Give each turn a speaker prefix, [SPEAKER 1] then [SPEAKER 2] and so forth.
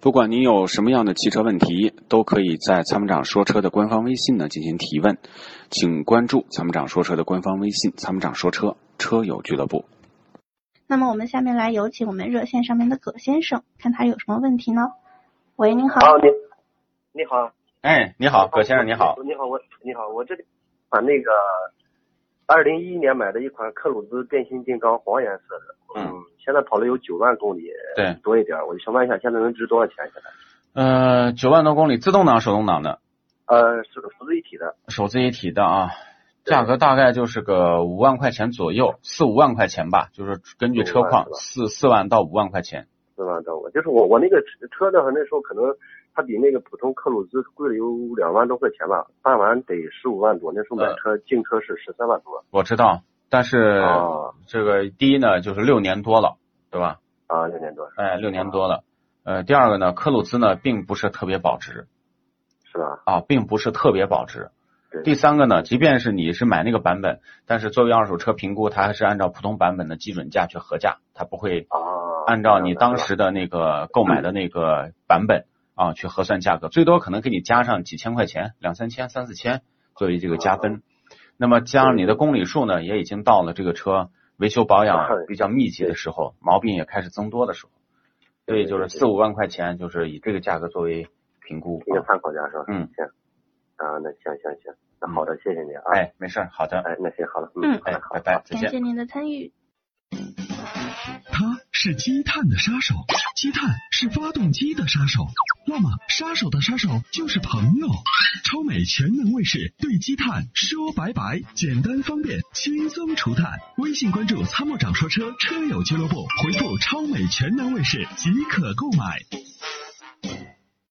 [SPEAKER 1] 不管您有什么样的汽车问题，都可以在参谋长说车的官方微信呢进行提问，请关注参谋长说车的官方微信“参谋长说车车友俱乐部
[SPEAKER 2] 那么我们下面来有请我们热线上面的葛先生，看他有什么问题呢？喂，您好，
[SPEAKER 3] 啊，你你好，”。
[SPEAKER 1] 哎，你好，葛先生，你好。
[SPEAKER 3] 你好，我你好，我这里一款那个二零一一年买的一款克鲁兹变形金刚黄颜色的，
[SPEAKER 1] 嗯，
[SPEAKER 3] 现在跑了有九万公里
[SPEAKER 1] 对，
[SPEAKER 3] 多一点儿，我就想问一下，现在能值多少钱？现在？
[SPEAKER 1] 呃，九万多公里，自动挡、手动挡的，
[SPEAKER 3] 呃，是合资一体的，
[SPEAKER 1] 手自一体的啊，价格大概就是个五万块钱左右，四五万块钱吧，就是根据车况
[SPEAKER 3] 四五万是，吧
[SPEAKER 1] 四四万到五万块钱。
[SPEAKER 3] 四万多。我就是我我那个车车的话，那时候可能它比那个普通克鲁兹贵了有两万多块钱吧，办完得十五万多。那时候买
[SPEAKER 1] 呃
[SPEAKER 3] 车净车是十三万多。
[SPEAKER 1] 我知道，但是
[SPEAKER 3] 哦
[SPEAKER 1] 这个第一呢，就是六年多了，对吧？
[SPEAKER 3] 啊，六年多
[SPEAKER 1] 哎，六年多了。呃，第二个呢，科鲁兹呢并不是特别保值
[SPEAKER 3] 是吧？
[SPEAKER 1] 啊，并不是特别保值。
[SPEAKER 3] 对
[SPEAKER 1] 第三个呢，即便是你是买那个版本，但是作为二手车评估，它还是按照普通版本的基准价去核价，它不会
[SPEAKER 3] 啊，
[SPEAKER 1] 按照你
[SPEAKER 3] 这样
[SPEAKER 1] 当
[SPEAKER 3] 的是吧
[SPEAKER 1] 时的那个购买的那个版本啊去核算价格，最多可能给你加上几千块钱，两三千、三四千作为这个加分。那么加上你的公里数呢，也已经到了这个车维修保养
[SPEAKER 3] 是
[SPEAKER 1] 比较密集的时候，毛病也开始增多的时候，所以就是
[SPEAKER 3] 对对对
[SPEAKER 1] 四五万块钱，就是以这个价格作为评估。
[SPEAKER 3] 一个
[SPEAKER 1] 啊
[SPEAKER 3] 参考价是吧？
[SPEAKER 1] 嗯，
[SPEAKER 3] 行，啊，那行行行，那好的，谢谢你啊。
[SPEAKER 1] 哎，没事儿，好的，
[SPEAKER 3] 哎，那行好了，
[SPEAKER 2] 嗯
[SPEAKER 3] 好
[SPEAKER 1] 哎
[SPEAKER 3] 的，好
[SPEAKER 1] 拜
[SPEAKER 3] 的。
[SPEAKER 1] 拜，再
[SPEAKER 2] 感
[SPEAKER 1] 见。
[SPEAKER 2] 谢您的参与。
[SPEAKER 4] 它是积碳的杀手，积碳是发动机的杀手。那么，杀手的杀手就是朋友。超美全能卫士对积碳说拜拜，简单方便，轻松除碳。微信关注“参谋长说车”车友俱乐部，回复“超美全能卫士”即可购买。